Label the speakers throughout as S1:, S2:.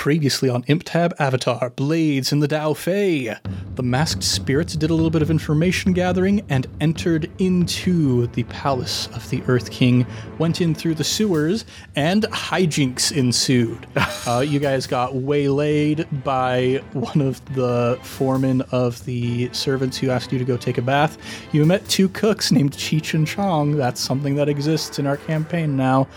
S1: previously on ImpTab Avatar, Blades and the Dao Fei. The masked spirits did a little bit of information gathering and entered into the palace of the Earth King, went in through the sewers, and hijinks ensued. uh, you guys got waylaid by one of the foremen of the servants who asked you to go take a bath. You met two cooks named Cheech and Chong. That's something that exists in our campaign now.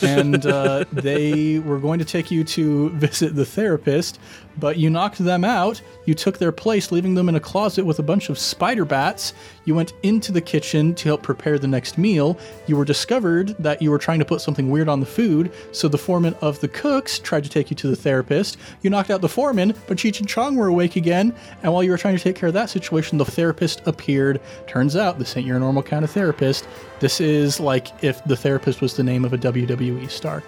S1: and uh, they were going to take you to visit the therapist, but you knocked them out. You took their place, leaving them in a closet with a bunch of spider bats. You went into the kitchen to help prepare the next meal. You were discovered that you were trying to put something weird on the food, so the foreman of the cooks tried to take you to the therapist. You knocked out the foreman, but Cheech and Chong were awake again, and while you were trying to take care of that situation, the therapist appeared. Turns out this ain't your normal kind of therapist. This is like if the therapist was the name of a WWE star.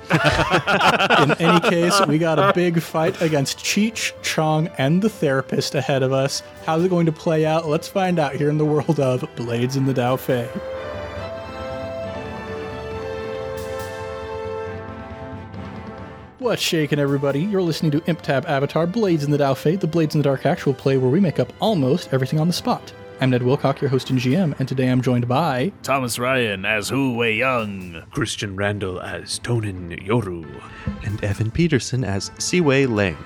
S1: In any case, we got a big fight against Cheech, Chong, and the therapist ahead of us. How's it going to play out? Let's find out here in the world of Blades in the Dao Fei. What's shaking, everybody? You're listening to ImpTab Avatar Blades in the Dao Fate, the Blades in the Dark actual play where we make up almost everything on the spot. I'm Ned Wilcock, your host and GM, and today I'm joined by
S2: Thomas Ryan as Hu Wei Young.
S3: Christian Randall as Tonin Yoru.
S4: and Evan Peterson as Siwei Lang.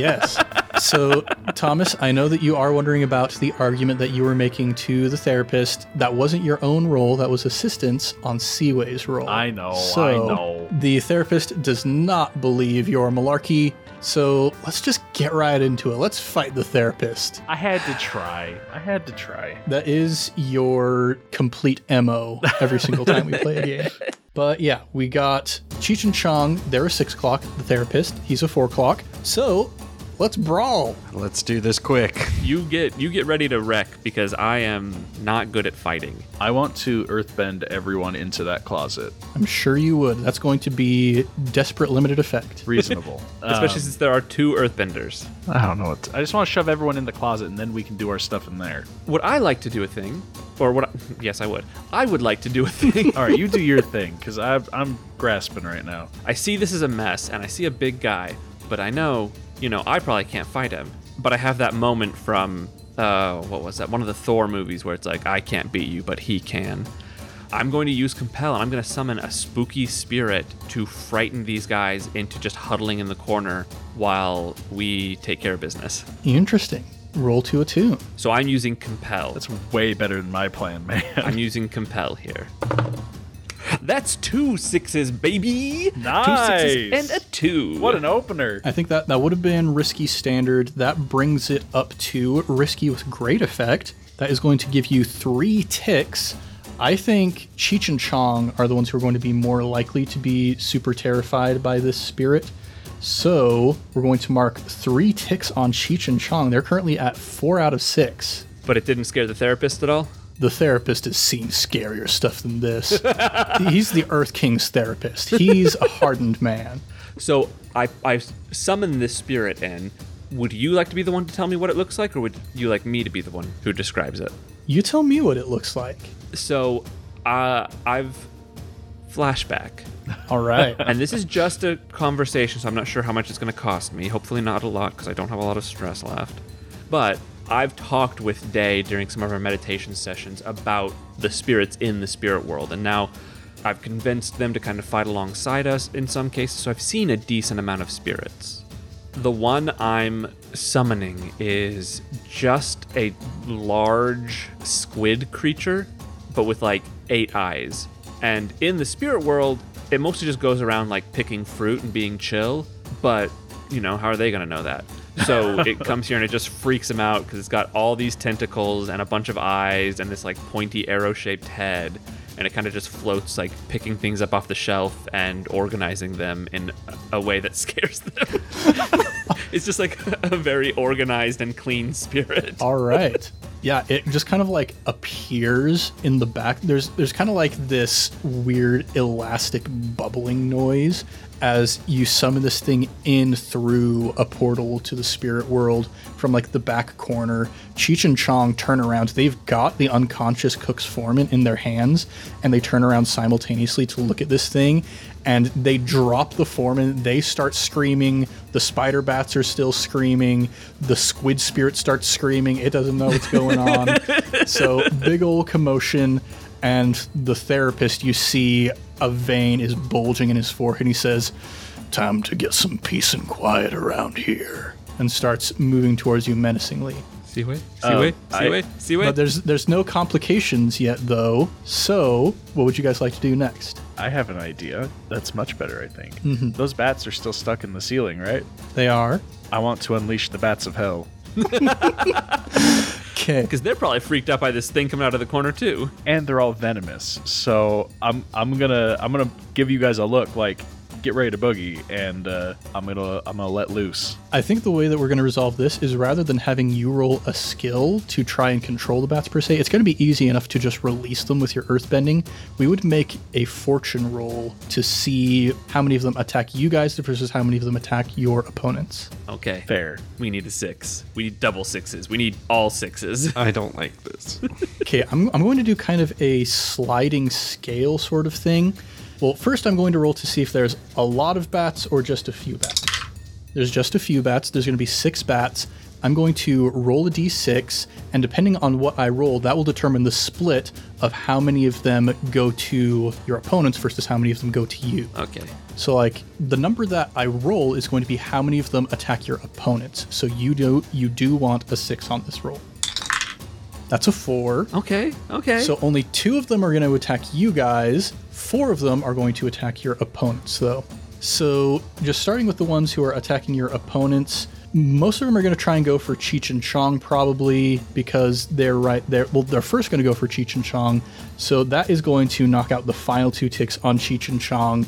S1: yes. So, Thomas, I know that you are wondering about the argument that you were making to the therapist. That wasn't your own role, that was assistance on Seaway's role.
S2: I know,
S1: So,
S2: I know.
S1: The therapist does not believe your malarkey. So, let's just get right into it. Let's fight the therapist.
S2: I had to try. I had to try.
S1: That is your complete MO every single time we play a game. But yeah, we got Cheech and Chong. They're a six o'clock, the therapist. He's a four o'clock. So let's brawl.
S4: Let's do this quick.
S5: You get you get ready to wreck because I am not good at fighting.
S2: I want to earthbend everyone into that closet.
S1: I'm sure you would. That's going to be desperate limited effect.
S2: Reasonable.
S5: Especially since there are two earthbenders.
S2: Um, Uh, I don't know what. To, I just want to shove everyone in the closet and then we can do our stuff in there.
S5: Would I like to do a thing? Or what? yes, I would. I would like to do a thing.
S2: All right, you do your thing because I'm grasping right now.
S5: I see this is a mess and I see a big guy, but I know, you know, I probably can't fight him. But I have that moment from uh what was that? One of the Thor movies where it's like I can't beat you, but he can. I'm going to use compel and I'm going to summon a spooky spirit to frighten these guys into just huddling in the corner while we take care of business.
S1: Interesting. Roll to a tune.
S5: So I'm using compel.
S2: That's way better than my plan, man.
S5: I'm using compel here. That's two sixes, baby. Two
S2: Nice.
S5: sixes and a two.
S2: what an opener!
S1: I think that that would have been risky standard. That brings it up to risky with great effect. That is going to give you three ticks. I think Cheech and Chong are the ones who are going to be more likely to be super terrified by this spirit. So we're going to mark three ticks on Cheech and Chong. They're currently at four out of six.
S5: But it didn't scare the therapist at all.
S1: The therapist has seen scarier stuff than this. He's the Earth King's therapist. He's a hardened man.
S5: So I I summoned this spirit in. Would you like to be the one to tell me what it looks like, or would you like me to be the one who describes it?
S1: You tell me what it looks like.
S5: So, uh, I've flashback.
S1: All right.
S5: and this is just a conversation, so I'm not sure how much it's going to cost me. Hopefully, not a lot, because I don't have a lot of stress left. But I've talked with Day during some of our meditation sessions about the spirits in the spirit world, and now I've convinced them to kind of fight alongside us in some cases, so I've seen a decent amount of spirits. The one I'm summoning is just a large squid creature, but with like eight eyes. And in the spirit world, it mostly just goes around like picking fruit and being chill, but you know, how are they going to know that? So it comes here and it just freaks them out because it's got all these tentacles and a bunch of eyes and this like pointy arrow shaped head. And it kind of just floats, like picking things up off the shelf and organizing them in a a way that scares them. It's just like a very organized and clean spirit.
S1: All right. Yeah, it just kind of like appears in the back. There's there's kind of like this weird elastic bubbling noise as you summon this thing in through a portal to the spirit world from like the back corner. Cheech and Chong turn around. They've got the unconscious cook's foreman in their hands, and they turn around simultaneously to look at this thing. And they drop the foreman. They start screaming. The spider bats are still screaming. The squid spirit starts screaming. It doesn't know what's going on. so big ol' commotion and the therapist you see a vein is bulging in his forehead and he says time to get some peace and quiet around here and starts moving towards you menacingly
S5: Seaway?
S3: Oh,
S2: Um,
S5: Seaway?
S3: I-
S5: Seaway? Seaway?
S1: but there's there's no complications yet though so what would you guys like to do next
S2: I have an idea. That's much better, I think. Those bats are still stuck in the ceiling, right?
S1: they are
S2: I want to unleash the bats of hell.
S1: okay
S5: Because they're probably freaked out by this thing coming out of the corner, too.
S2: And they're all venomous. So I'm I'm gonna I'm gonna give you guys a look like get ready to boogie and uh, I'm gonna I'm gonna let loose.
S1: i think the way that we're going to resolve this is rather than having you roll a skill to try and control the bats per se it's going to be easy enough to just release them with your earthbending we would make a fortune roll to see how many of them attack you guys versus how many of them attack your opponents
S5: Okay.
S2: Fair.
S5: We need a six. We need double sixes. We need all sixes.
S4: I don't like this.
S1: Okay, I'm, I'm going to do kind of a sliding scale sort of thing. Well, first I'm going to roll to see if there's a lot of bats or just a few bats. There's just a few bats. There's going to be six bats. I'm going to roll a d6, and depending on what I roll, that will determine the split of how many of them go to your opponents versus how many of them go to you.
S5: Okay.
S1: So, like, the number that I roll is going to be how many of them attack your opponents. So you do you do want a six on this roll. That's a four.
S5: Okay. Okay.
S1: So only two of them are going to attack you guys. Four of them are going to attack your opponents, though. So just starting with the ones who are attacking your opponents, most of them are going to try and go for Cheech and Chong probably because they're right there. Well, they're first going to go for Cheech and Chong. So that is going to knock out the final two ticks on Cheech and Chong.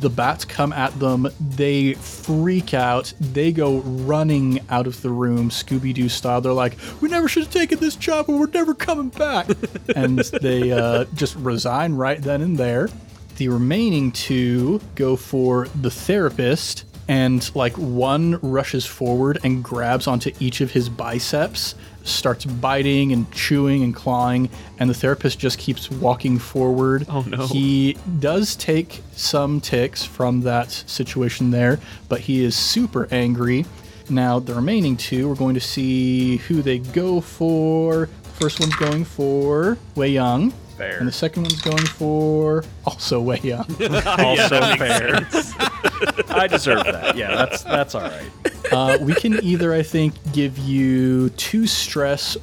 S1: The bats come at them. They freak out. They go running out of the room, Scooby Doo style. They're like, "We never should have taken this job, and we're never coming back." and they uh, just resign right then and there. The remaining two go for the therapist, and like one rushes forward and grabs onto each of his biceps, starts biting and chewing and clawing, and the therapist just keeps walking forward.
S5: Oh, no.
S1: He does take some ticks from that situation there, but he is super angry. Now, the remaining two, we're going to see who they go for. First one's going for Wei Young.
S2: Fair.
S1: And the second one's going for also Wei Young.
S2: also fair. I deserve that. Yeah, that's that's all right.
S1: Uh, we can either, I think, give you two stress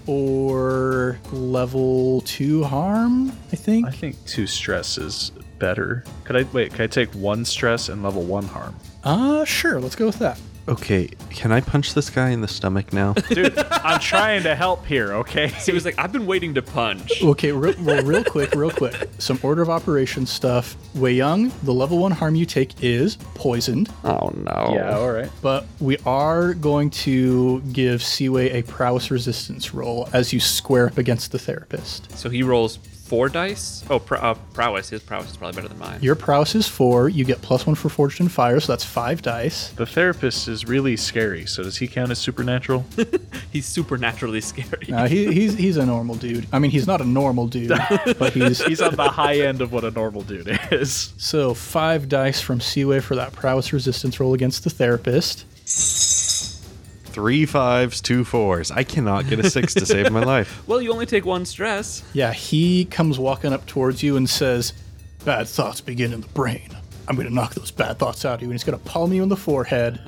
S1: or level two harm, I think.
S2: I think two stress is better. Could I wait? Could I take one stress and level one harm?
S1: Uh, sure, let's go with that.
S4: okay, can I punch this guy in the stomach now?
S2: Dude, I'm trying to help here. Okay.
S5: he was like, I've been waiting to punch.
S1: Okay, real, well, real quick, real quick. Some order of operations stuff. Wei Young, the level one harm you take is poisoned,
S4: oh no.
S2: Yeah. All right.
S1: but we are going to give Siwei a prowess resistance roll as you square up against the therapist.
S5: So he rolls four dice. Oh, pr- uh, prowess. His prowess is probably better than mine.
S1: Your prowess is four. You get plus one for forged and fire, so that's five dice.
S2: The therapist is really scary. So does he count as supernatural?
S5: He's supernaturally scary.
S1: Uh, he, he's he's a normal dude. I mean, he's not a normal dude, but he's
S2: He's on the high end of what a normal dude is.
S1: so five dice from Seaway for that prowess resistance roll against the therapist.
S4: Three fives, two fours. I cannot get a six to save my life.
S5: Well, you only take one stress.
S1: Yeah, he comes walking up towards you and says, "Bad thoughts begin in the brain. I'm gonna knock those bad thoughts out of you." And he's gonna palm you in the forehead,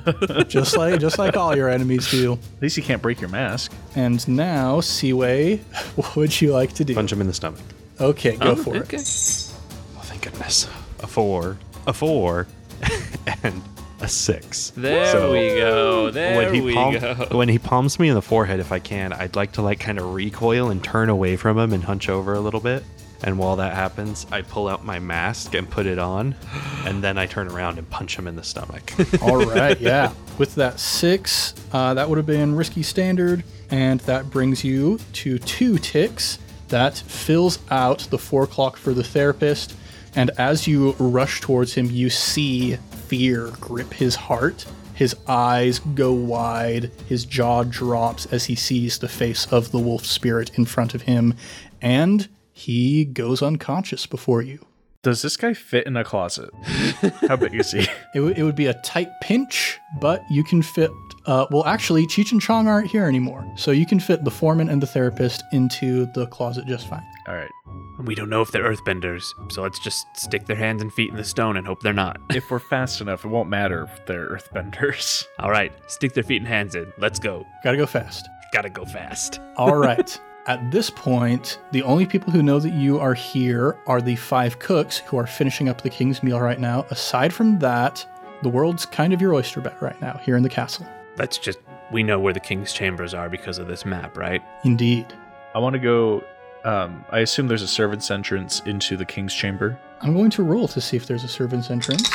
S1: just like just like all your enemies do.
S2: At least he can't break your mask.
S1: And now, Seaway, what would you like to do?
S4: Punch him in the stomach.
S1: Okay, go for
S5: okay.
S1: it.
S4: Oh, thank goodness. A four, a four, and a six.
S5: There
S4: So-
S5: we go. There
S4: when he
S5: we
S4: palm-
S5: go.
S4: when he palms me in the forehead if I can, I'd like to like kind of recoil and turn away from him and hunch over a little bit. And while that happens, I pull out my mask and put it on, and then I turn around and punch him in the stomach.
S1: All right, yeah. With that six, uh, that would have been risky standard, and that brings you to two ticks. That fills out the four clock for the therapist, and as you rush towards him, you see fear grip his heart. His eyes go wide, his jaw drops as he sees the face of the wolf spirit in front of him, and he goes unconscious before you.
S2: Does this guy fit in a closet? How big is he?
S1: It, w- it would be a tight pinch, but you can fit. Uh, well, actually, Cheech and Chong aren't here anymore, so you can fit the foreman and the therapist into the closet just fine.
S2: All right.
S3: We don't know if they're earthbenders, so let's just stick their hands and feet in the stone and hope they're not.
S2: If we're fast enough, it won't matter if they're earthbenders.
S3: All right, stick their feet and hands in. Let's go.
S1: Gotta go fast.
S3: Gotta go fast.
S1: All right. At this point, the only people who know that you are here are the five cooks who are finishing up the king's meal right now. Aside from that, the world's kind of your oyster bet right now here in the castle.
S3: Let's just. We know where the king's chambers are because of this map, right?
S1: Indeed.
S2: I want to go. Um, I assume there's a servant's entrance into the king's chamber.
S1: I'm going to roll to see if there's a servant's entrance.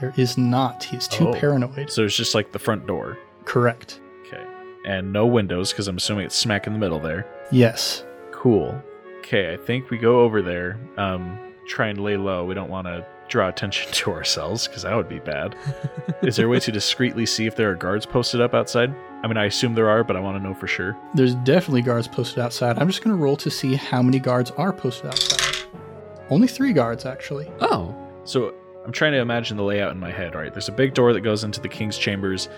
S1: There is not. He's too
S2: Oh.
S1: paranoid.
S2: So it's just like the front door.
S1: Correct.
S2: Okay. And no windows, because I'm assuming it's smack in the middle there.
S1: Yes.
S2: Cool. Okay, I think we go over there. Um, try and lay low. We don't want to draw attention to ourselves, because that would be bad. Is there a way to discreetly see if there are guards posted up outside? I mean, I assume there are, but I want to know for sure.
S1: There's definitely guards posted outside. I'm just going to roll to see how many guards are posted outside. Only three guards, actually.
S5: Oh,
S2: So I'm trying to imagine the layout in my head, right? There's a big door that goes into the king's chambers,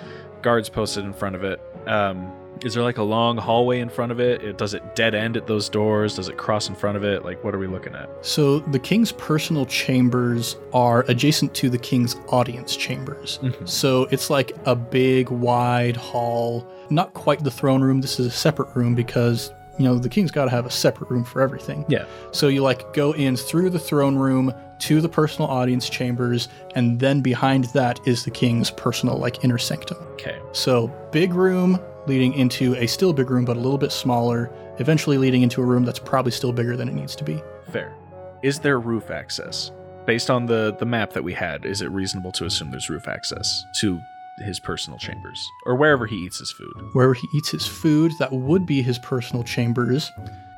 S2: guards posted in front of it. Um, is there like a long hallway in front of it? it? Does it dead end at those doors? Does it cross in front of it? Like, what are we looking at?
S1: So the king's personal chambers are adjacent to the king's audience chambers. So it's like a big, wide hall. Not quite the throne room. This is a separate room because, you know, the king's got to have a separate room for everything.
S2: Yeah.
S1: So you like go in through the throne room to the personal audience chambers, and then behind that is the king's personal, like, inner sanctum.
S2: Okay.
S1: So, big room leading into a still big room, but a little bit smaller, eventually leading into a room that's probably still bigger than it needs to be.
S2: Fair. Is there roof access? Based on the the map that we had, is it reasonable to assume there's roof access to his personal chambers or wherever he eats his food?
S1: Wherever he eats his food, that would be his personal chambers.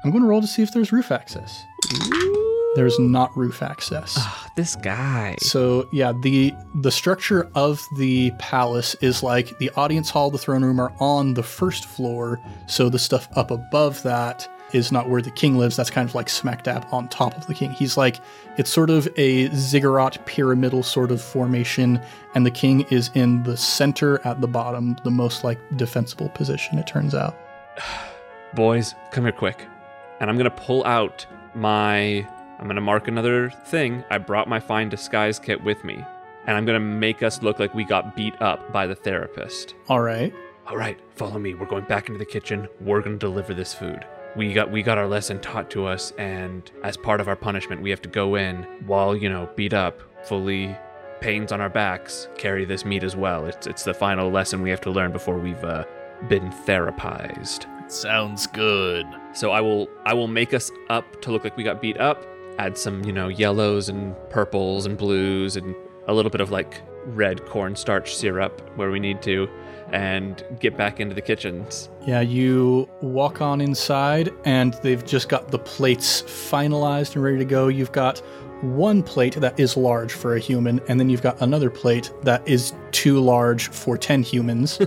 S1: I'm going to roll to see if there's roof access. There's not roof access.
S5: this guy.
S1: So yeah, the the structure of the palace is like the audience hall, the throne room are on the first floor, so the stuff up above that is not where the king lives. That's kind of like smack dab on top of the king. He's like it's sort of a ziggurat pyramidal sort of formation, and the king is in the center at the bottom, the most like defensible position, it turns out.
S5: Boys, come here quick. And I'm gonna pull out my. I'm gonna mark another thing. I brought my fine disguise kit with me. And I'm gonna make us look like we got beat up by the therapist.
S1: Alright.
S3: All right, follow me. We're going back into the kitchen. We're gonna deliver this food. We got we got our lesson taught to us, and as part of our punishment, we have to go in while you know beat up, fully pains on our backs, carry this meat as well. It's it's the final lesson we have to learn before we've uh, been therapized.
S2: Sounds good.
S5: So I will I will make us up to look like we got beat up, add some, you know, yellows and purples and blues and a little bit of like red cornstarch syrup where we need to and get back into the kitchens.
S1: Yeah, you walk on inside, and they've just got the plates finalized and ready to go. You've got one plate that is large for a human, and then you've got another plate that is too large for 10 humans.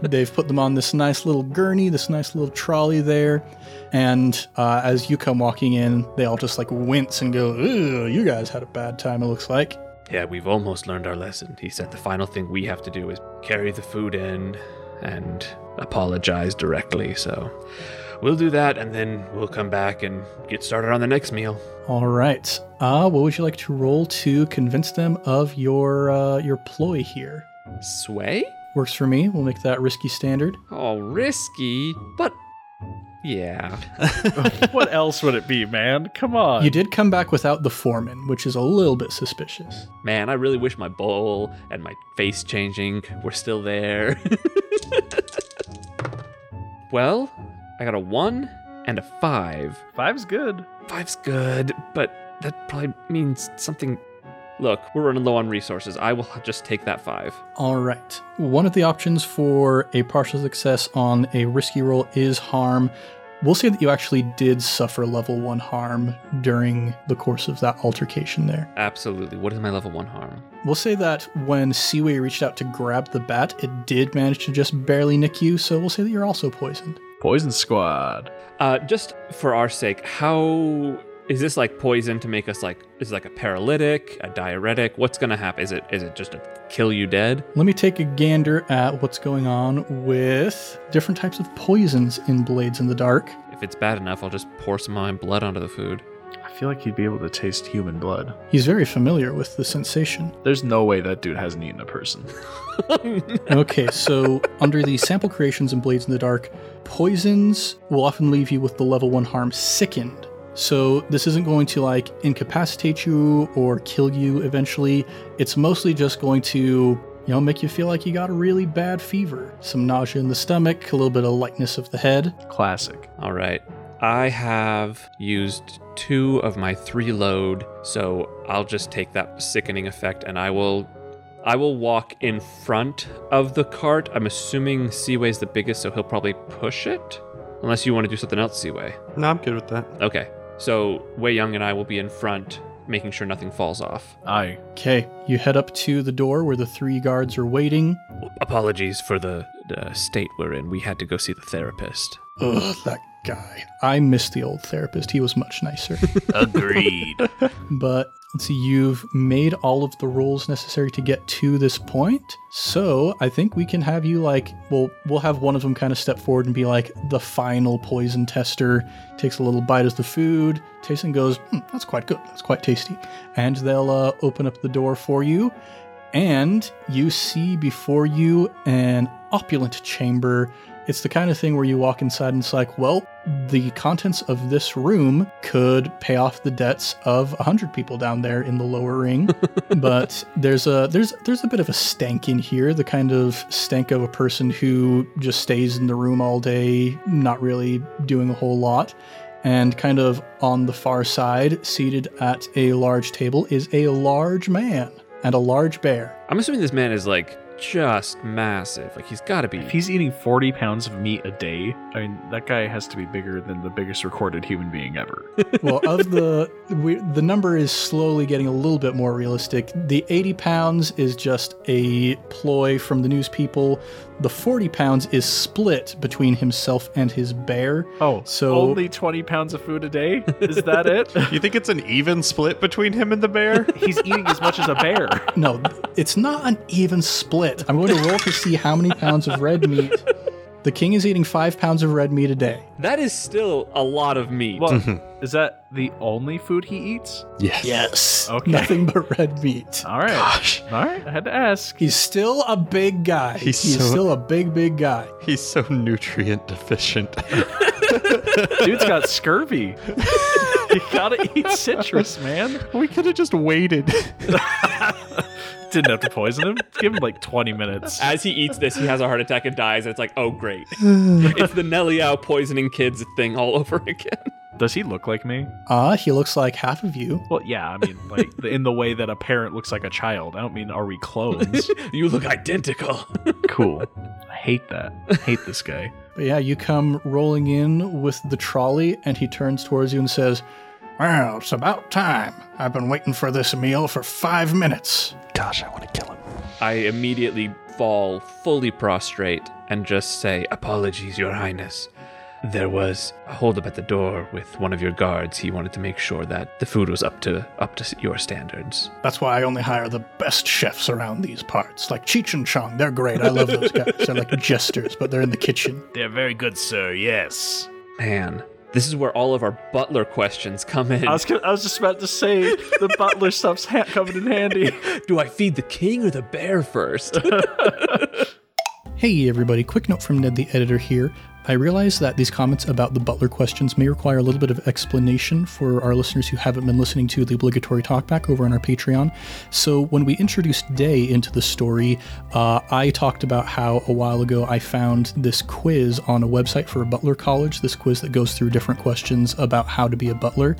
S1: they've put them on this nice little gurney, this nice little trolley there. And uh, as you come walking in, they all just like wince and go, Ew, you guys had a bad time, it looks like.
S3: Yeah, we've almost learned our lesson. He said the final thing we have to do is carry the food in and apologize directly. So we'll do that, and then we'll come back and get started on the next meal.
S1: All right. Uh, what would you like to roll to convince them of your uh, your ploy here?
S5: Sway?
S1: Works for me. We'll make that risky standard.
S5: Oh, risky, but yeah.
S2: what else would it be, man? Come on.
S1: You did come back without the foreman, which is a little bit suspicious.
S5: Man, I really wish my bowl and my face changing were still there. well, I got a 1 and a 5.
S2: Five's good.
S5: Five's good, but that probably means something. Look, we're running low on resources. I will just take that five.
S1: All right. One of the options for a partial success on a risky roll is harm. We'll say that you actually did suffer level one harm during the course of that altercation there.
S5: Absolutely. What is my level one harm?
S1: We'll say that when Seaway reached out to grab the bat, it did manage to just barely nick you, so we'll say that you're also poisoned.
S2: Poison Squad.
S5: Uh, just for our sake, how is this like poison to make us like is it like a paralytic, a diuretic? What's gonna happen? Is it is it just a kill you dead?
S1: Let me take a gander at what's going on with different types of poisons in Blades in the Dark.
S5: If it's bad enough, I'll just pour some of my blood onto the food.
S2: I feel like he'd be able to taste human blood.
S1: He's very familiar with the sensation.
S2: There's no way that dude hasn't eaten a person.
S1: Okay, so under the sample creations and Blades in the Dark, poisons will often leave you with the level one harm sickened. So this isn't going to like incapacitate you or kill you eventually. It's mostly just going to, you know, make you feel like you got a really bad fever, some nausea in the stomach, a little bit of lightness of the head.
S2: Classic.
S5: All right. I have used two of my three load, so I'll just take that sickening effect and I will I will walk in front of the cart. I'm assuming Seaway's the biggest, so he'll probably push it. Unless you want to do something else, Seaway.
S4: No, I'm good with that.
S5: Okay. So Wei Young and I will be in front, making sure nothing falls off.
S2: I
S1: Okay, you head up to the door where the three guards are waiting.
S3: Apologies for the, the state we're in. We had to go see the therapist.
S1: Ugh, that guy. I miss the old therapist. He was much nicer.
S2: agreed.
S1: but let's see, you've made all of the rules necessary to get to this point. So I think we can have you like, well, we'll have one of them kind of step forward and be like the final poison tester. Takes a little bite of the food, tastes and goes, "Hmm, that's quite good. That's quite tasty. And they'll uh, open up the door for you. And you see before you an opulent chamber. It's the kind of thing where you walk inside and it's like, well, the contents of this room could pay off the debts of a hundred people down there in the lower ring. but there's a there's there's a bit of a stank in here, the kind of stank of a person who just stays in the room all day, not really doing a whole lot. And kind of on the far side, seated at a large table, is a large man and a large bear.
S5: I'm assuming this man is like just massive. Like he's got to be.
S2: If he's eating 40 pounds of meat a day, I mean, that guy has to be bigger than the biggest recorded human being ever.
S1: well, of the we, the number is slowly getting a little bit more realistic. The 80 pounds is just a ploy from the news people. The 40 pounds is split between himself and his bear.
S2: Oh,
S1: So-
S2: only 20 pounds of food a day? Is that it?
S4: You think it's an even split between him and the bear?
S2: he's eating as much as a bear.
S1: No, it's not an even split. I'm going to roll to see how many pounds of red meat. The king is eating five pounds of red meat a day.
S5: that is still a lot of meat.
S2: Well, is that the only food he eats?
S4: yes.
S1: Yes.
S2: Okay. Ah.
S1: Nothing but red meat.
S2: All right. All right. I had to ask.
S1: He's still a big guy.
S4: He's so-
S1: still a big, big guy.
S4: He's so nutrient deficient.
S2: Dude's got scurvy. you gotta eat citrus, man.
S4: we could have just waited.
S2: Didn't have to poison him. Give him like 20 minutes.
S5: As he eats this, he has a heart attack and dies, and it's like, oh, great. it's the Neliao poisoning kids thing all over again.
S2: Does he look like me?
S1: Ah, he looks like half of you.
S2: Well, yeah. I mean, like the- in the way that a parent looks like a child. I don't mean are we clones?
S5: You look identical.
S2: cool. I hate that. I hate this guy.
S1: But yeah, you come rolling in with the trolley, and he turns towards you and says, Well, it's about time. I've been waiting for this meal for five minutes.
S4: Gosh, I want to kill him.
S5: I immediately fall fully prostrate and just say,
S3: Apologies, Your Highness. There was a holdup at the door with one of your guards. He wanted to make sure that the food was up to up to your standards.
S1: That's why I only hire the best chefs around these parts. Like Cheech and Chong, they're great. I love those guys. They're like jesters, but they're in the kitchen.
S2: They're very good, sir. Yes.
S5: man, this is where all of our butler questions come in.
S2: I was gonna, I was just about to say the butler stuff's ha- coming in handy.
S5: Do I feed the king or the bear first?
S1: Hey everybody, quick note from Ned the editor here. I realize that these comments about the butler questions may require a little bit of explanation for our listeners who haven't been listening to the obligatory talkback over on our Patreon. So, when we introduced Day into the story, uh, I talked about how a while ago I found this quiz on a website for a butler college, this quiz that goes through different questions about how to be a butler.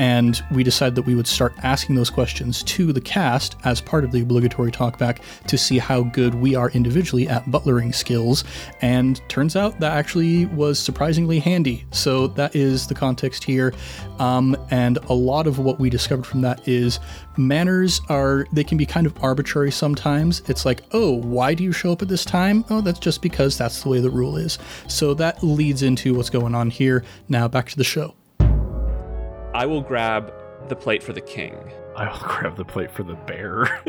S1: And we decided that we would start asking those questions to the cast as part of the obligatory talkback to see how good we are individually at butlering skills. And turns out that actually actually was surprisingly handy. So that is the context here. Um, and a lot of what we discovered from that is manners are, they can be kind of arbitrary sometimes. It's like, oh, why do you show up at this time? Oh, that's just because that's the way the rule is. So that leads into what's going on here. Now back to the show.
S5: I will grab the plate for the king.
S2: I'll grab the plate for the bear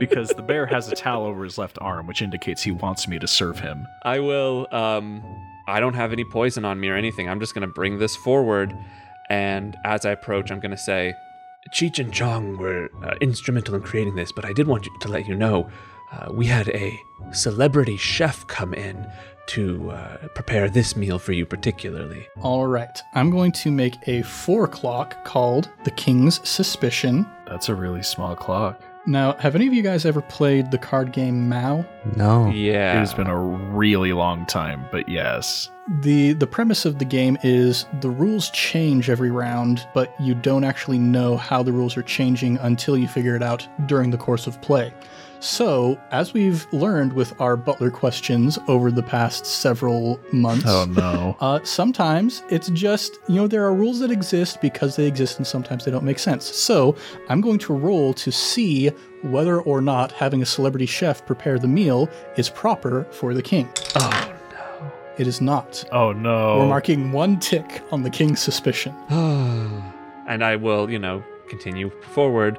S2: because the bear has a towel over his left arm, which indicates he wants me to serve him.
S5: I will. Um, I don't have any poison on me or anything. I'm just gonna bring this forward, and as I approach, I'm gonna say,
S3: Cheech and Chong were uh, instrumental in creating this, but I did want you- to let you know uh, we had a celebrity chef come in to uh, prepare this meal for you particularly.
S1: All right. I'm going to make a four clock called The King's Suspicion.
S2: That's a really small clock.
S1: Now, have any of you guys ever played the card game Mao?
S4: No.
S5: "Yeah."
S2: It has been a really long time, but yes.
S1: The the premise of the game is the rules change every round, but you don't actually know how the rules are changing until you figure it out during the course of play. So, as we've learned with our butler questions over the past several months,
S2: Oh no.
S1: uh, sometimes it's just, you know, there are rules that exist because they exist and sometimes they don't make sense. So I'm going to roll to see whether or not having a celebrity chef prepare the meal is proper for the king. Oh, no. It is not.
S2: oh no.
S1: We're marking one tick on the king's suspicion.
S5: and I will, you know, continue forward.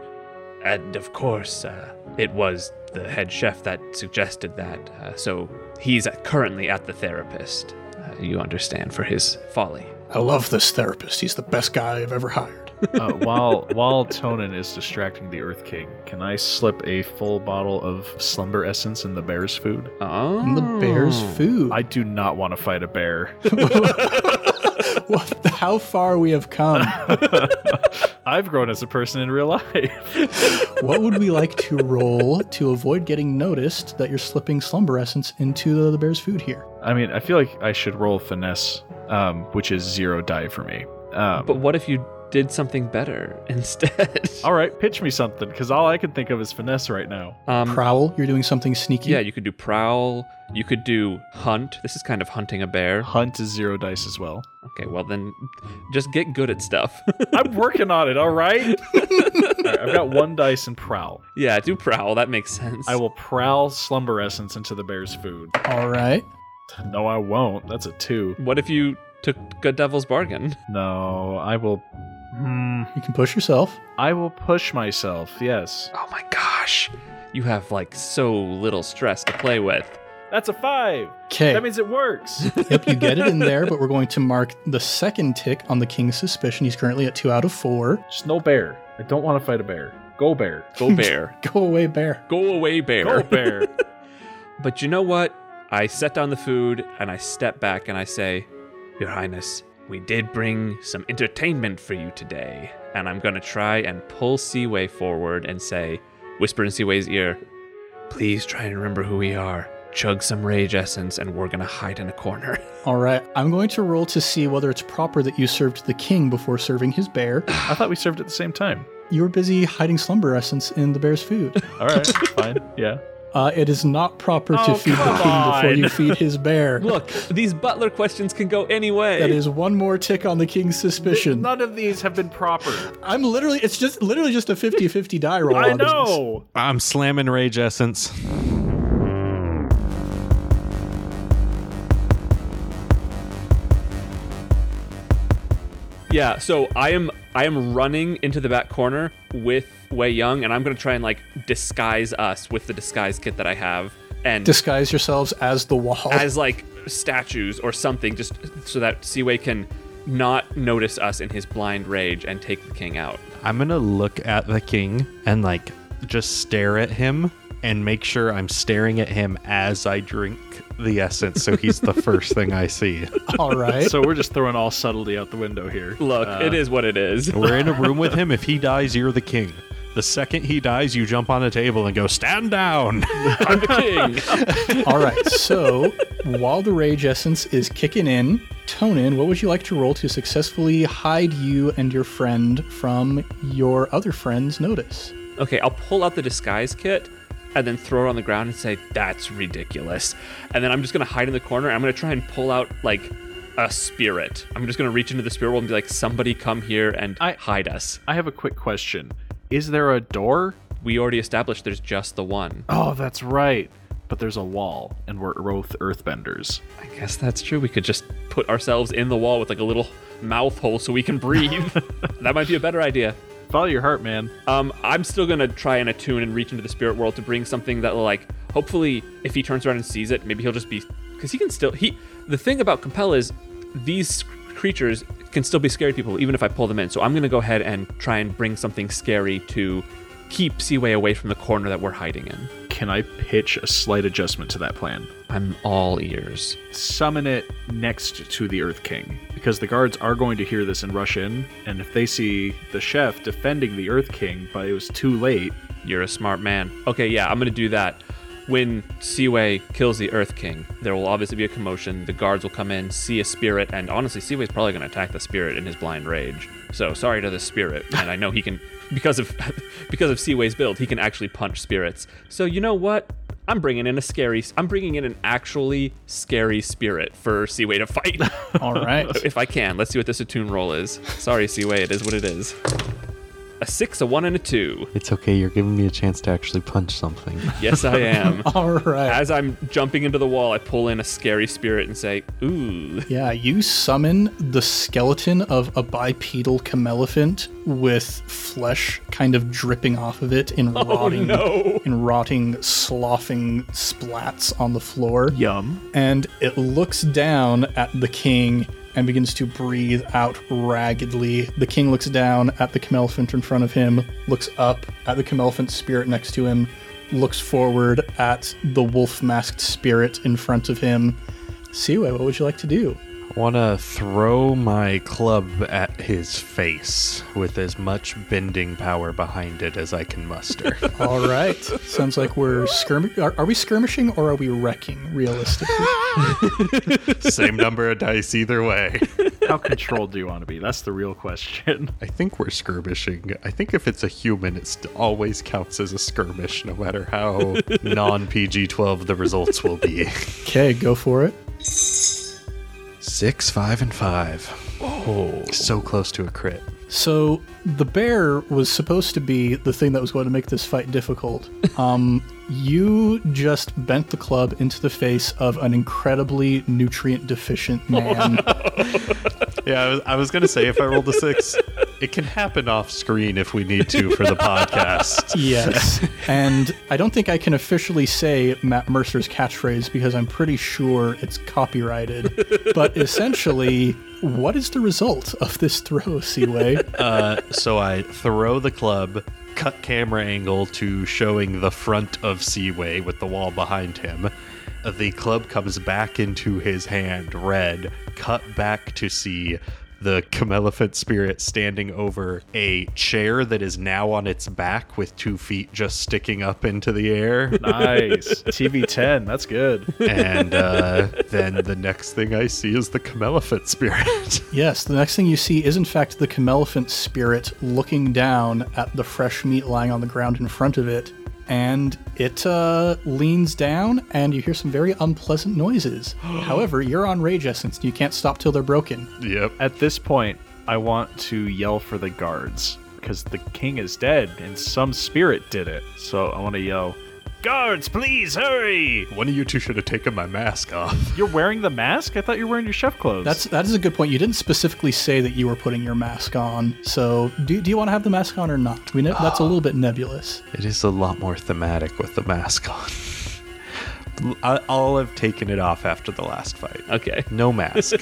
S3: And of course, uh, it was the head chef that suggested that, uh, so he's currently at the therapist. Uh, you understand for his folly.
S1: I love this therapist. He's the best guy I've ever hired.
S2: uh, while while Tonin is distracting the Earth King, can I slip a full bottle of slumber essence in the bear's food?
S5: Oh,
S1: And the bear's food.
S2: I do not want to fight a bear.
S1: what, how far we have come.
S2: I've grown as a person in real life.
S1: what would we like to roll to avoid getting noticed that you're slipping slumber essence into the, the bear's food here?
S2: I mean, I feel like I should roll finesse, um, which is zero die for me. Um,
S5: Oh. But what if you did something better instead?
S2: all right, pitch me something, because all I can think of is finesse right now.
S5: um,
S1: Prowl, you're doing something sneaky.
S5: yeah, you could do prowl. You could do hunt. This is kind of hunting a bear.
S2: Hunt is zero dice as well.
S5: Okay, well then, just get good at stuff.
S2: I'm working on it. All right. All right, I've got one dice and prowl.
S5: yeah, do prowl. That makes sense.
S2: I will prowl slumber essence into the bear's food.
S1: All right.
S2: No, I won't. That's a two.
S5: What if you took Good Devil's Bargain?
S2: No, I will. Hmm.
S1: You can push yourself.
S2: I will push myself. Yes.
S5: Oh my gosh. You have like so little stress to play with.
S2: That's a five.
S1: Okay.
S2: That means it works.
S1: yep, you get it in there, but we're going to mark the second tick on the king's suspicion. He's currently at two out of four.
S2: Just no bear. I don't want to fight a bear. Go bear.
S5: Go bear.
S1: Go away, bear.
S5: Go away, bear.
S2: Go bear.
S5: But you know what? I set down the food and I step back and I say,
S3: Your Highness, we did bring some entertainment for you today.
S5: and I'm gonna try and pull Seaway forward and say, whisper in Seaway's ear,
S3: Please try and remember who we are. Chug some rage essence, and we're gonna hide in a corner.
S1: All right. I'm going to roll to see whether it's proper that you served the king before serving his bear.
S2: I thought we served at the same time.
S1: You were busy hiding slumber essence in the bear's food.
S2: All right. fine. Yeah.
S1: Uh, it is not proper to
S2: Oh,
S1: feed the king
S2: come
S1: before
S2: on.
S1: you feed his bear.
S5: Look, these butler questions can go any way.
S1: That is one more tick on the king's suspicion.
S2: None of these have been proper.
S1: I'm literally, it's just literally just a 50 50 die roll.
S2: I
S1: on these.
S2: know.
S4: I'm slamming rage essence.
S5: Yeah, so I am I am running into the back corner with Wei Young, and I'm gonna try and like disguise us with the disguise kit that I have, and
S1: Disguise yourselves as the wall.
S5: as like statues or something, just so that Seaway can not notice us in his blind rage and take the king out.
S4: I'm gonna look at the king and like just stare at him and make sure I'm staring at him as I drink the essence, so he's the first thing I see.
S1: All right.
S2: So we're just throwing all subtlety out the window here.
S5: Look,
S2: Uh,
S5: it is what it is.
S4: We're in a room with him. If he dies, you're the king. The second he dies, you jump on a table and go, stand down.
S5: I'm the king.
S1: All right. So while the rage essence is kicking in, Tonin, what would you like to roll to successfully hide you and your friend from your other friend's notice?
S5: okay, I'll pull out the disguise kit and then throw it on the ground and say, That's ridiculous. And then I'm just gonna hide in the corner. and I'm gonna try and pull out like a spirit. I'm just gonna reach into the spirit world and be like, Somebody come here and
S2: I-
S5: hide us.
S2: I have a quick question. Is there a door?
S5: We already established there's just the one.
S2: Oh, that's right. But there's a wall, and we're both earthbenders.
S5: I guess that's true. We could just put ourselves in the wall with like a little mouth hole so we can breathe. that might be a better idea.
S2: Follow your heart, man.
S5: Um, I'm still gonna try and attune and reach into the spirit world to bring something that, like, hopefully, if he turns around and sees it, maybe he'll just be, because he can still he. The thing about Compel is, these creatures can still be scary people even if I pull them in. So I'm gonna go ahead and try and bring something scary to keep Seaway away from the corner that we're hiding in.
S2: Can I pitch a slight adjustment to that plan?
S5: I'm all ears.
S2: Summon it next to the Earth King, because the guards are going to hear this and rush in. And if they see the chef defending the Earth King, but it was too late,
S5: You're a smart man. Okay, yeah, I'm gonna do that. When Seaway kills the Earth King, there will obviously be a commotion. The guards will come in, see a spirit, and honestly, Seaway's probably gonna attack the spirit in his blind rage. So sorry to the spirit, and I know he can because of because of Seaway's build, he can actually punch spirits. So you know what? I'm bringing in a scary. I'm bringing in an actually scary spirit for Seaway to fight,
S1: All right.
S5: if I can. Let's see what this attune roll is. Sorry, Seaway, it is what it is. A six, a one, and a two.
S4: It's okay. You're giving me a chance to actually punch something.
S5: Yes, I am.
S1: All right.
S5: As I'm jumping into the wall, I pull in a scary spirit and say, "Ooh,
S1: Yeah, you summon the skeleton of a bipedal camelelephant with flesh kind of dripping off of it in rotting,
S5: Oh, no.
S1: in rotting, sloughing splats on the floor.
S2: yum.
S1: and it looks down at the king and begins to breathe out raggedly. The king looks down at the camelphant in front of him, looks up at the camelphant spirit next to him, looks forward at the wolf masked spirit in front of him. Siwe, what would you like to do?
S4: I want to throw my club at his face with as much bending power behind it as I can muster.
S1: All right. Sounds like we're skirmishing. Are, are we skirmishing or are we wrecking, realistically?
S4: Same number of dice either way.
S2: How controlled do you want to be? That's the real question.
S4: I think we're skirmishing. I think if it's a human, it st- always counts as a skirmish, no matter how non PG 12 the results will be.
S1: Okay, go for it.
S4: Six, five, and five. Oh. So close to a crit.
S1: So the bear was supposed to be the thing that was going to make this fight difficult. Um, you just bent the club into the face of an incredibly nutrient deficient man.
S4: Yeah, I was, I was going to say if I rolled a six, it can happen off screen if we need to for the podcast.
S1: yes. And I don't think I can officially say Matt Mercer's catchphrase because I'm pretty sure it's copyrighted. but essentially, what is the result of this throw, Seaway?
S4: Uh, so I throw the club, cut camera angle to showing the front of Seaway with the wall behind him. Uh, The club comes back into his hand, red, cut back to see the camelelephant spirit standing over a chair that is now on its back with two feet just sticking up into the air.
S2: Nice. TV10, that's good.
S4: and uh, then the next thing I see is the camelelephant spirit.
S1: Yes, the next thing you see is in fact the camelelephant spirit looking down at the fresh meat lying on the ground in front of it, and it uh, leans down, and you hear some very unpleasant noises. However, you're on rage essence, and you can't stop till they're broken.
S4: yep.
S2: At this point, I want to yell for the guards because the king is dead and some spirit did it. So I want to yell, Guards, please hurry!
S4: One of you two should have taken my mask off.
S2: You're wearing the mask? I thought you were wearing your chef clothes.
S1: That's that is a good point. You didn't specifically say that you were putting your mask on, so do, do you want to have the mask on or not? We know that's a little bit nebulous.
S4: It is a lot more thematic with the mask on. I- I'll have taken it off after the last fight.
S5: okay."
S4: No mask.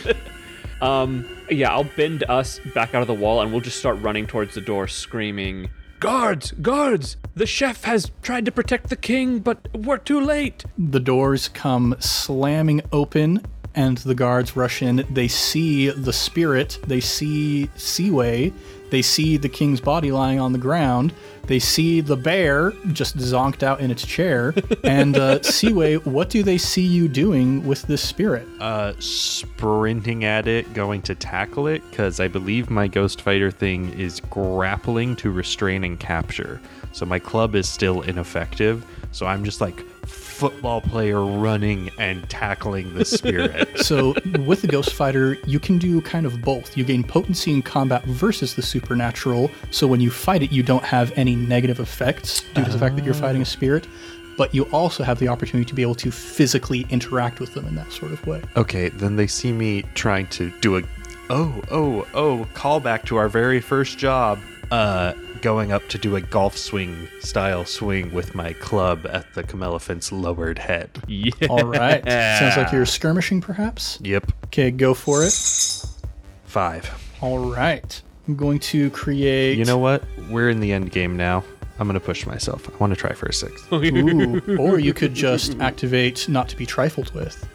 S5: Um, yeah, I'll bend us back out of the wall, and we'll just start running towards the door, screaming, "Guards! Guards! The chef has tried to protect the king, but we're too late."
S1: The doors come slamming open and the guards rush in. They see the spirit, they see Seaway, they see the king's body lying on the ground, they see the bear just zonked out in its chair. And uh, Seaway, what do they see you doing with this spirit?
S4: uh, sprinting at it, going to tackle it, because I believe my ghost fighter thing is grappling to restrain and capture. So my club is still ineffective. So I'm just like football player running and tackling the spirit.
S1: So with the Ghost Fighter, you can do kind of both. You gain potency in combat versus the supernatural, so when you fight it, you don't have any negative effects due to the fact that you're fighting a spirit, but you also have the opportunity to be able to physically interact with them in that sort of way.
S4: Okay, then they see me trying to do a oh, oh, oh callback to our very first job. Uh going up to do a golf swing style swing with my club at the camelephant's lowered head.
S1: All right. Sounds like you're skirmishing, perhaps?
S4: Yep.
S1: Okay, go for it.
S4: Five.
S1: All right. I'm going to create.
S4: You know what? We're in the end game now. I'm gonna push myself. I wanna try for a six.
S1: Ooh, or you could just activate not to be trifled with.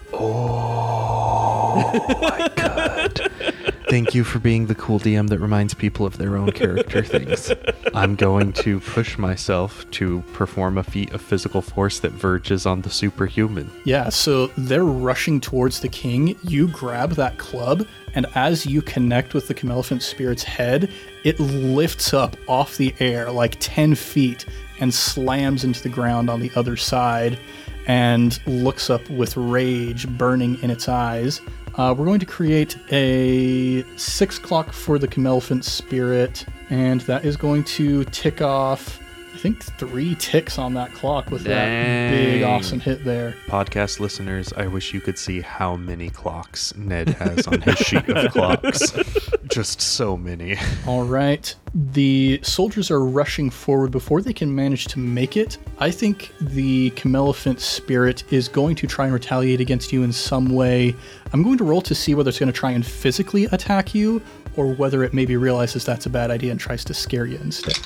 S4: Thank you for being the cool DM that reminds people of their own character things. I'm going to push myself to perform a feat of physical force that verges on the superhuman.
S1: Yeah, so they're rushing towards the king. You grab that club, and as you connect with the Camelephant Spirit's head, it lifts up off the air like 10 feet and slams into the ground on the other side and looks up with rage burning in its eyes. Uh, we're going to create a six clock for the Camelephant Spirit, and that is going to tick off, I think, three ticks on that clock with that big, awesome hit there.
S4: Podcast listeners, I wish you could see how many clocks Ned has on his sheet of clocks. Just so many.
S1: All right. The soldiers are rushing forward before they can manage to make it. I think the Camelephant spirit is going to try and retaliate against you in some way. I'm going to roll to see whether it's going to try and physically attack you or whether it maybe realizes that's a bad idea and tries to scare you instead.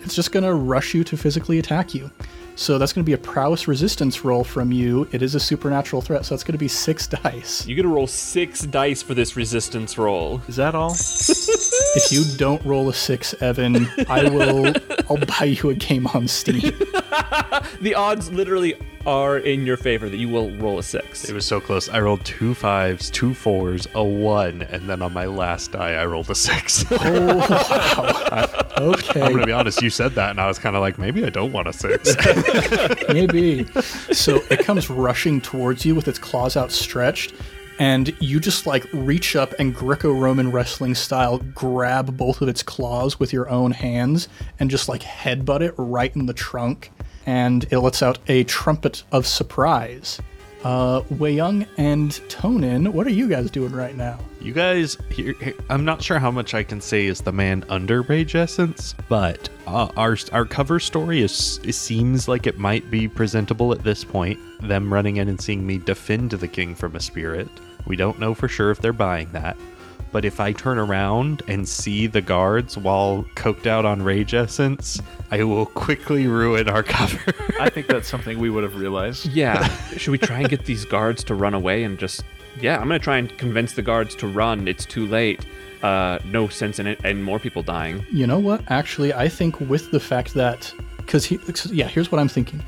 S1: It's just going to rush you to physically attack you. So that's going to be a prowess resistance roll from you. It is a supernatural threat, so that's going to be six dice.
S5: You gotta roll six dice for this resistance roll.
S2: Is that all?
S1: If you don't roll a six, Evan, I will. I'll buy you a game on Steam.
S5: The odds literally are in your favor that you will roll a six.
S4: It was so close. I rolled two fives, two fours, a one, and then on my last die, I rolled a six. I'm
S1: Oh, Okay,
S4: going to be honest, you said that, and I was kind of like, maybe I don't want a six.
S1: maybe. So it comes rushing towards you with its claws outstretched, and you just like reach up and Greco Roman wrestling style grab both of its claws with your own hands and just like headbutt it right in the trunk. And it lets out a trumpet of surprise. Uh, Young and Tonin, what are you guys doing right now?
S4: You guys, here, here- I'm not sure how much I can say is the man under Rage Essence, but uh, our our cover story is it seems like it might be presentable at this point. Them running in and seeing me defend the king from a spirit. We don't know for sure if they're buying that, but if I turn around and see the guards while coked out on Rage Essence, I will quickly ruin our cover.
S2: I think that's something we would have realized.
S5: Yeah. Should we try and get these guards to run away and just. Yeah, I'm gonna try and convince the guards to run. It's too late. Uh, no sense in it, and more people dying.
S1: You know what? Actually, I think with the fact that, because he, 'cause- yeah, here's what I'm thinking.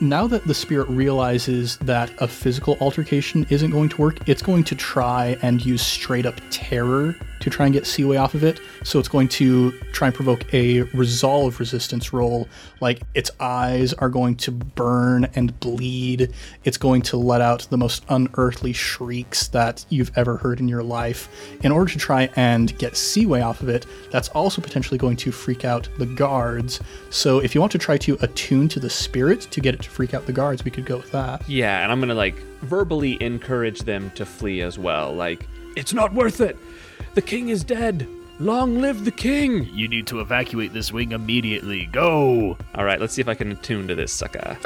S1: Now that the spirit realizes that a physical altercation isn't going to work, it's going to try and use straight up terror to try and get Seaway off of it. So it's going to try and provoke a resolve resistance roll. Like its eyes are going to burn and bleed. It's going to let out the most unearthly shrieks that you've ever heard in your life in order to try and get Seaway off of it. That's also potentially going to freak out the guards. So if you want to try to attune to the spirit to get it to freak out the guards, we could go with that.
S5: Yeah, and I'm gonna, like, verbally encourage them to flee as well. Like, it's not worth it! The king is dead! Long live the king!
S6: You need to evacuate this wing immediately. Go!
S5: Alright, let's see if I can attune to this sucker.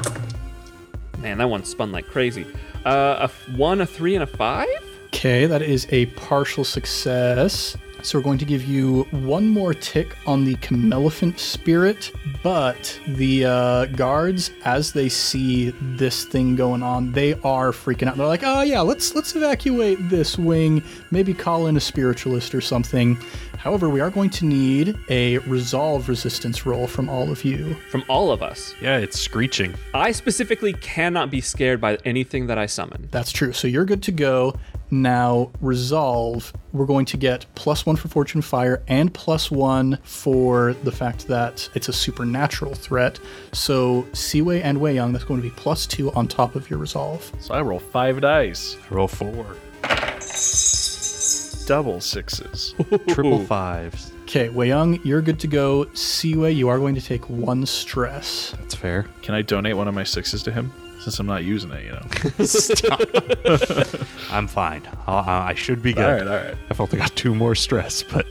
S5: Man, that one spun like crazy. Uh, a f- one, a three, and a five?
S1: Okay, that is a partial success. So we're going to give you one more tick on the Camelephant Spirit, but the uh, guards, as they see this thing going on, they are freaking out. They're like, "Oh yeah, let's let's evacuate this wing. Maybe call in a spiritualist or something." However, we are going to need a resolve resistance roll from all of you.
S5: From all of us.
S4: yeah, it's screeching.
S5: I specifically cannot be scared by anything that I summon.
S1: That's true. So you're good to go. Now, resolve, we're going to get plus one for Fortune Fire and plus one for the fact that it's a supernatural supernatural threat. So Siwei and Wei Young, that's going to be plus two on top of your resolve.
S2: So I roll five dice.
S4: Roll four.
S2: Double sixes.
S4: Triple fives.
S1: Okay, Wei Young, you're good to go. Siwei, you are going to take one stress.
S4: That's fair.
S2: Can I donate one of my sixes to him? Since I'm not using it, you know.
S4: I'm fine. I, I- I should be good.
S2: all right, all right.
S4: I've only got two more stress, but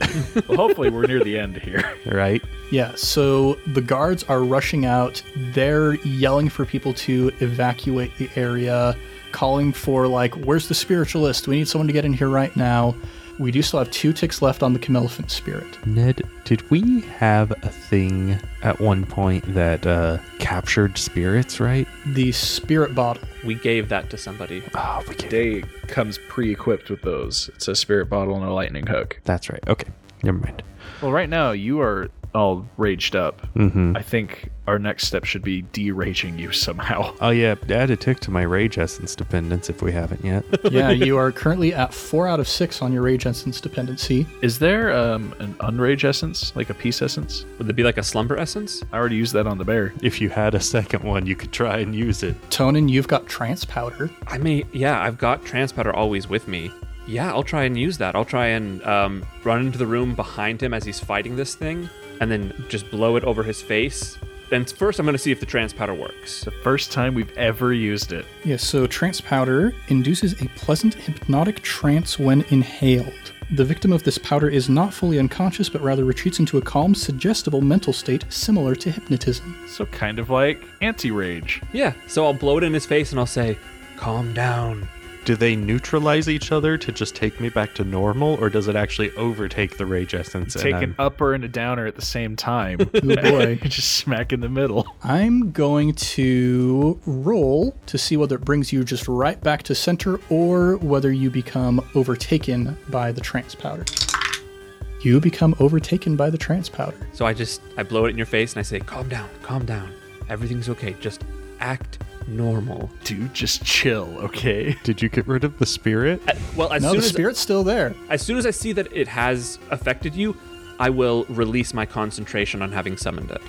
S2: Well, hopefully we're near the end here.
S4: right.
S1: Yeah, so the guards are rushing out. They're yelling for people to evacuate the area, calling for, like, where's the spiritualist? We need someone to get in here right now. We do still have two ticks left on the Camelphant Spirit.
S4: Ned, did we have a thing at one point that uh, captured spirits? Right?
S1: The Spirit Bottle.
S5: We gave that to somebody.
S4: Oh, we did.
S2: Day comes pre-equipped with those. It's a spirit bottle and a lightning hook.
S4: That's right. Okay. Never mind.
S2: Well, right now you are all raged up. Mm-hmm. I think our next step should be de-raging you somehow.
S4: Oh yeah, add a tick to my rage essence dependence if we haven't yet.
S1: yeah, you are currently at four out of six on your Rage Essence dependency.
S2: Is there um, an unrage essence, like a peace essence?
S5: Would it be like a slumber essence?
S2: I already used that on the bear.
S4: if you had a second one, you could try and use it.
S1: Tonin, you've got Trance Powder.
S5: I mean, yeah, I've got Transpouter always with me. Yeah, I'll try and use that. I'll try and um, run into the room behind him as he's fighting this thing, and then just blow it over his face. And first, I'm going to see if the Transpouter works.
S2: It's the first time we've ever used it.
S1: Yeah, so Trance Powder induces a pleasant hypnotic trance when inhaled. The victim of this powder is not fully unconscious, but rather retreats into a calm, suggestible mental state similar to hypnotism.
S2: So kind of like anti-rage.
S5: Yeah, so I'll blow it in his face and I'll say, "Calm down."
S4: Do they neutralize each other to just take me back to normal, or does it actually overtake the rage essence? and
S2: Take an
S4: I'm-
S2: upper and a downer at the same time.
S1: Oh boy.
S2: Just smack in the middle.
S1: I'm going to roll to see whether it brings you just right back to center or whether you become overtaken by the Trance Powder. You become overtaken by the Trance Powder.
S5: So I just I blow it in your face and I say, "Calm down, calm down. Everything's okay. Just act normal."
S2: Dude, just chill, okay?
S4: Did you get rid of the spirit?
S5: Uh, Well, as
S1: No,
S5: soon
S1: the
S5: as
S1: spirit's still there.
S5: as soon as I see that it has affected you, I will release my concentration on having summoned it.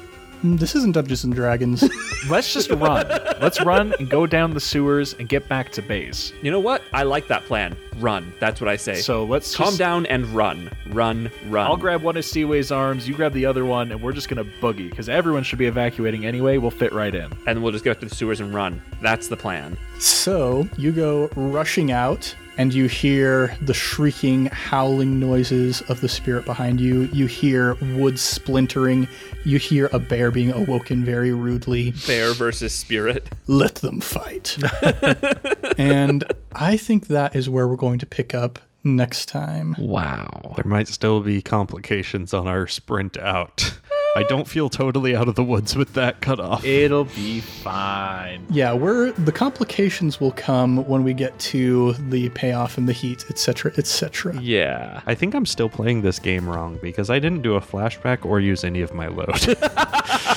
S1: Mm, This isn't Dungeons and Dragons.
S2: Let's just run. Let's run and go down the sewers and get back to base.
S5: You know what? I like that plan. Run. That's what I say.
S2: So let's
S5: calm
S2: just-
S5: down and run, run, run.
S2: I'll grab one of Seaway's arms, you grab the other one, and we're just gonna boogie because everyone should be evacuating anyway. We'll fit right in.
S5: and we'll just go back to the sewers and run. That's the plan.
S1: So you go rushing out, and you hear the shrieking, howling noises of the spirit behind you. You hear wood splintering. You hear a bear being awoken very rudely.
S5: Bear versus spirit.
S1: Let them fight. and I think that is where we're going to pick up next time.
S5: Wow.
S4: There might still be complications on our sprint out. I don't feel totally out of the woods with that cutoff.
S2: It'll be fine.
S1: Yeah, we're the complications will come when we get to the payoff and the heat, etc., etc.
S5: Yeah.
S4: I think I'm still playing this game wrong because I didn't do a flashback or use any of my load.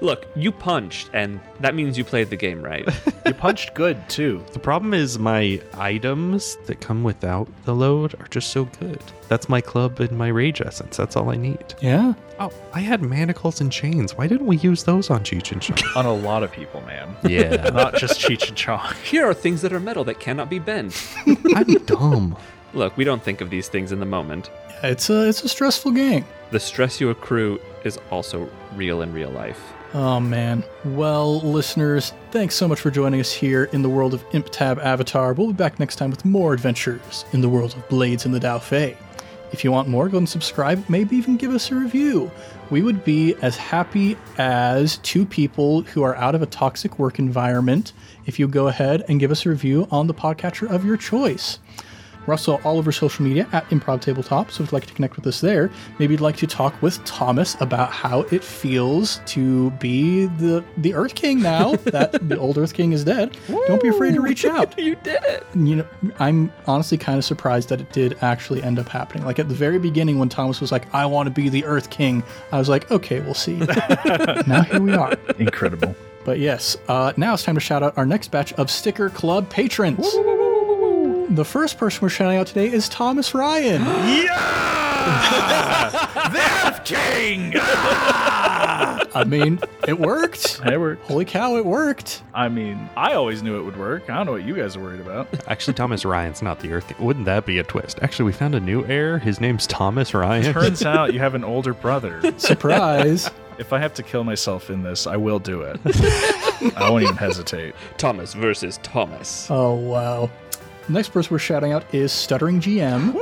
S5: Look, you punched, and that means you played the game right.
S2: You punched good too.
S4: the problem is my items that come without the load are just so good. That's my club and my rage essence. That's all I need.
S1: Yeah.
S4: Oh, I had manacles and chains. Why didn't we use those on Cheech and Chong?
S2: On a lot of people, man.
S4: yeah,
S2: Uh, Not just Cheech and Chong.
S5: Here are things that are metal that cannot be bent.
S4: I'm dumb.
S5: Look, we don't think of these things in the moment.
S1: Yeah, It's a it's a stressful game.
S5: The stress you accrue is also real in real life.
S1: Oh man. Well, listeners, thanks so much for joining us here in the world of Imp Tab Avatar. We'll be back next time with more adventures in the world of Blades in the Dao Fei. If you want more, go and subscribe, maybe even give us a review. We would be as happy as two people who are out of a toxic work environment if you go ahead and give us a review on the podcatcher of your choice. We're also all over social media at Improv Tabletop, so if you'd like to connect with us there, maybe you'd like to talk with Thomas about how it feels to be the the Earth King now that the old Earth King is dead. Don't be afraid to reach out.
S5: You did it!
S1: You know, I'm honestly kind of surprised that it did actually end up happening. Like at the very beginning, when Thomas was like, "I want to be the Earth King," I was like, "Okay, we'll see." now here we are.
S2: Incredible.
S1: But yes, uh, now it's time to shout out our next batch of Sticker Club patrons. The first person we're shouting out today is Thomas Ryan.
S2: Yeah! King!
S1: I mean, it worked.
S2: It worked.
S1: Holy cow, it worked.
S2: I mean, I always knew it would work. I don't know what you guys are worried about.
S4: Actually, Thomas Ryan's not the Earth. Wouldn't that be a twist? Actually, we found a new heir. His name's Thomas Ryan.
S2: Turns out you have an older brother.
S1: Surprise.
S2: If I have to kill myself in this, I will do it. I won't even hesitate.
S5: Thomas versus Thomas.
S1: Oh, wow. Next person we're shouting out is Stuttering GM.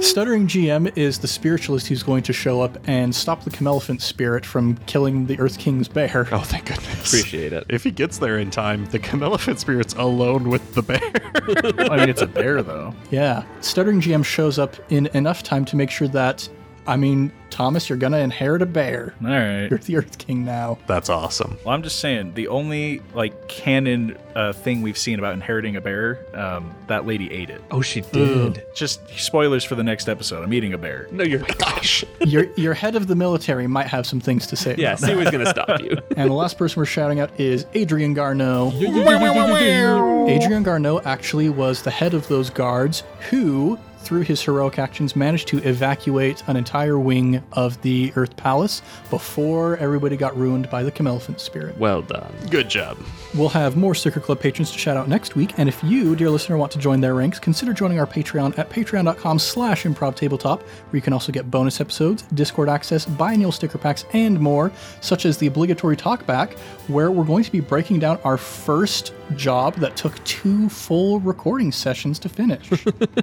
S1: Stuttering GM is the spiritualist who's going to show up and stop the Camelphant spirit from killing the Earth King's bear.
S4: Oh, thank goodness.
S5: Appreciate it.
S4: If he gets there in time, the Camelphant Spirit's alone with the bear.
S2: I mean, it's a bear, though.
S1: Yeah. Stuttering GM shows up in enough time to make sure that, I mean, Thomas, you're going to inherit a bear.
S2: All right.
S1: You're the Earth King now.
S4: That's awesome.
S2: Well, I'm just saying, the only like canon uh, thing we've seen about inheriting a bear, um, that lady ate it.
S5: Oh, she did.
S2: Just spoilers for the next episode. I'm eating a bear.
S5: No, you're. Gosh.
S1: Your, your head of the military might have some things to say.
S5: Yeah,
S1: about
S5: see who's gonna stop you.
S1: And the last person we're shouting out is Adrian Garneau. Adrian Garneau actually was the head of those guards who, through his heroic actions, managed to evacuate an entire wing of the Earth Palace before everybody got ruined by the Camelphant spirit.
S5: Well done.
S4: Good job.
S1: We'll have more Sticker Club patrons to shout out next week, and if you, dear listener, want to join their ranks, consider joining our Patreon at patreon.com slash improv tabletop, where you can also get bonus episodes, Discord access, biennial sticker packs, and more, such as the obligatory talkback, where we're going to be breaking down our first job that took two full recording sessions to finish.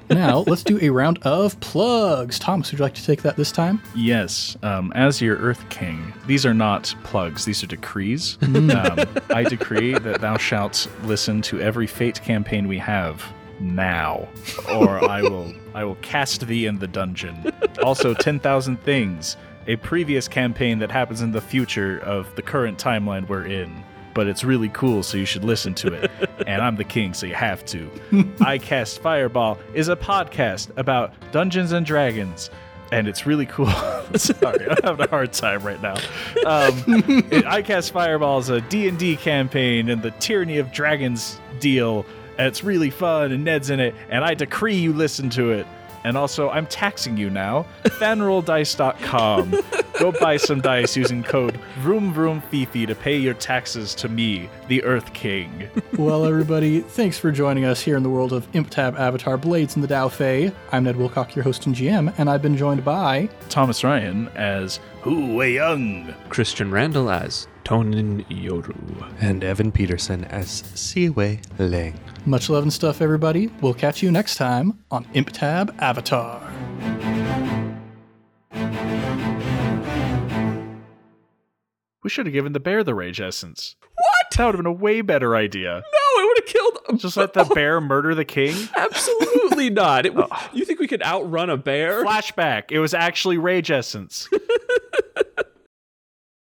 S1: now, let's do a round of plugs. Thomas, would you like to take that this time?
S2: Yes, um, as your Earth King, these are not plugs, these are decrees. um, I decree that thou shalt listen to every Fate campaign we have now, or I will I will cast thee in the dungeon. Also, 10,000 Things, a previous campaign that happens in the future of the current timeline we're in. But it's really cool, so you should listen to it. And I'm the king, so you have to. I Cast Fireball is a podcast about Dungeons and Dragons and it's really cool. Sorry, I'm having a hard time right now. Um, it- I cast Fireball is a D&D campaign and the Tyranny of Dragons deal, and it's really fun, and Ned's in it, and I decree you listen to it. And also, I'm taxing you now. FanRollDice.com. Go buy some dice using code VroomVroomFifi to pay your taxes to me, the Earth King.
S1: well, everybody, thanks for joining us here in the world of ImpTab Avatar Blades in the Dao Fei. I'm Ned Wilcock, your host and GM, and I've been joined by.
S2: Thomas Ryan as Hu Wei Young.
S5: Christian Randall as Tonin Yoru.
S4: And Evan Peterson as Siwei Lang.
S1: Much love and stuff, everybody. We'll catch you next time on ImpTab Avatar.
S2: We should have given the bear the rage essence. What? That would have been a way better idea.
S5: No, it would have killed. Oh,
S2: Just let the bear murder the king?
S5: Absolutely
S2: Oh.
S5: not. It would, you think we could outrun a bear?
S2: Flashback. It was actually rage essence.